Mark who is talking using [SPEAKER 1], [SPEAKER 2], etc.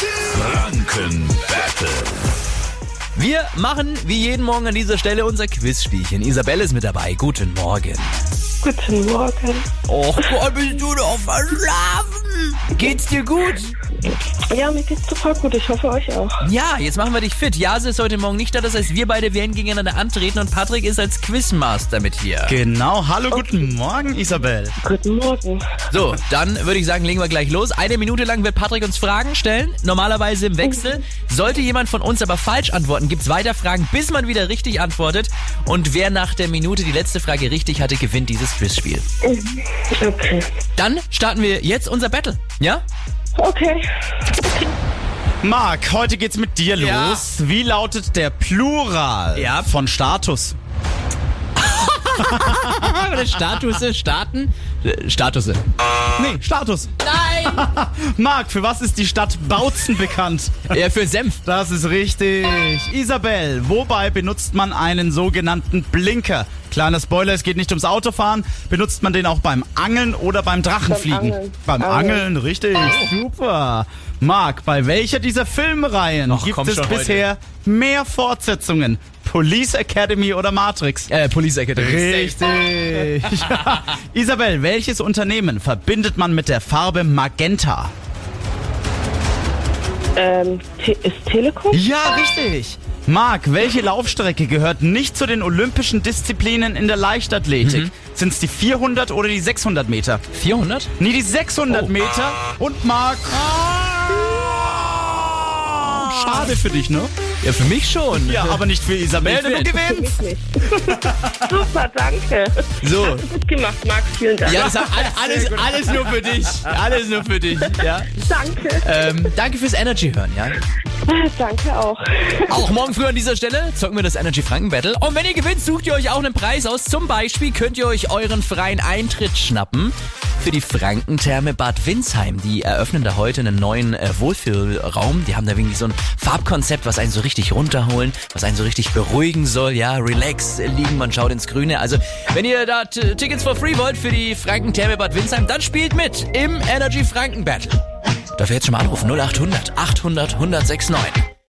[SPEAKER 1] Franken.
[SPEAKER 2] Wir machen wie jeden Morgen an dieser Stelle unser Quizspielchen. Isabelle ist mit dabei. Guten Morgen.
[SPEAKER 3] Guten Morgen.
[SPEAKER 2] Och Gott, bist du doch verschlafen. Geht's dir gut?
[SPEAKER 3] Ja, mir geht's super gut. Ich hoffe euch auch.
[SPEAKER 2] Ja, jetzt machen wir dich fit. Jase ist heute Morgen nicht da, das heißt, wir beide werden gegeneinander antreten und Patrick ist als Quizmaster mit hier.
[SPEAKER 4] Genau, hallo, guten Morgen, Isabel.
[SPEAKER 3] Guten Morgen.
[SPEAKER 2] So, dann würde ich sagen, legen wir gleich los. Eine Minute lang wird Patrick uns Fragen stellen, normalerweise im Wechsel. Sollte jemand von uns aber falsch antworten, gibt's weiter Fragen, bis man wieder richtig antwortet. Und wer nach der Minute die letzte Frage richtig hatte, gewinnt dieses Quizspiel.
[SPEAKER 3] Okay.
[SPEAKER 2] Dann starten wir jetzt unser Battle, ja?
[SPEAKER 3] Okay.
[SPEAKER 4] Marc, heute geht's mit dir
[SPEAKER 2] Ja.
[SPEAKER 4] los. Wie lautet der Plural
[SPEAKER 2] Ja.
[SPEAKER 4] von Status?
[SPEAKER 2] Aber das Statusse starten. Äh, Statusse.
[SPEAKER 4] Nee, Status.
[SPEAKER 2] Nein!
[SPEAKER 4] Marc, für was ist die Stadt Bautzen bekannt?
[SPEAKER 2] Ja, für Senf.
[SPEAKER 4] Das ist richtig. Isabel, wobei benutzt man einen sogenannten Blinker? Kleiner Spoiler, es geht nicht ums Autofahren. Benutzt man den auch beim Angeln oder beim Drachenfliegen?
[SPEAKER 3] Angeln.
[SPEAKER 4] Beim
[SPEAKER 3] Angeln.
[SPEAKER 4] Angeln, richtig. Super. Marc, bei welcher dieser Filmreihen
[SPEAKER 2] Och,
[SPEAKER 4] gibt
[SPEAKER 2] komm
[SPEAKER 4] es
[SPEAKER 2] schon heute.
[SPEAKER 4] bisher mehr Fortsetzungen? Police Academy oder Matrix?
[SPEAKER 2] Äh, Police Academy.
[SPEAKER 4] Richtig. ja. Isabel, welches Unternehmen verbindet man mit der Farbe Magenta?
[SPEAKER 3] Ähm, Te ist Telekom?
[SPEAKER 4] Ja, richtig. Marc, welche Laufstrecke gehört nicht zu den olympischen Disziplinen in der Leichtathletik?
[SPEAKER 2] Mhm.
[SPEAKER 4] Sind es die 400 oder die 600 Meter?
[SPEAKER 2] 400?
[SPEAKER 4] Nee, die 600
[SPEAKER 2] Oh.
[SPEAKER 4] Meter. Und Marc. Schade für dich, ne?
[SPEAKER 2] Ah. Ja, für mich schon.
[SPEAKER 4] Ja, aber nicht für Isabel,
[SPEAKER 2] Nicht
[SPEAKER 4] denn du
[SPEAKER 2] für-
[SPEAKER 4] gewinnst.
[SPEAKER 3] Mich nicht. super, danke.
[SPEAKER 2] So.
[SPEAKER 3] Gut gemacht, Marc. Vielen Dank.
[SPEAKER 2] Ja, das hat all- alles, alles nur für dich. Alles nur für dich. Ja.
[SPEAKER 3] Danke.
[SPEAKER 2] Ähm, danke fürs Energy hören, ja.
[SPEAKER 3] Danke auch.
[SPEAKER 2] Auch morgen früh an dieser Stelle zocken wir das Energy Franken Battle. Und wenn ihr gewinnt, sucht ihr euch auch einen Preis aus. Zum Beispiel könnt ihr euch euren freien Eintritt schnappen für die Frankentherme Bad Windsheim. Die eröffnen da heute einen neuen äh, Wohlfühlraum. Die haben da irgendwie so ein Farbkonzept, was einen so richtig runterholen, was einen so richtig beruhigen soll. Ja, relax äh, liegen, man schaut ins Grüne. Also, wenn ihr da T Tickets for free wollt für die Frankentherme Bad Windsheim, dann spielt mit im Energy Franken Battle. Dafür jetzt schon mal anrufen 0800 800 1069.